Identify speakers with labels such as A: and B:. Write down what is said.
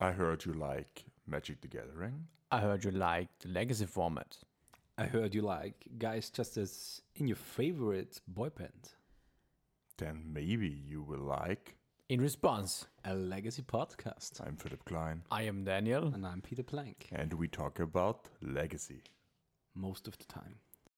A: I heard you like Magic the Gathering.
B: I heard you like the legacy format.
C: I heard you like guys just as in your favorite boy band.
A: Then maybe you will like.
B: In response,
C: A legacy podcast.
A: I'm Philip Klein,
B: I am Daniel.
C: And I'm Peter Plank.
A: and we talk about legacy.
C: Most of the time.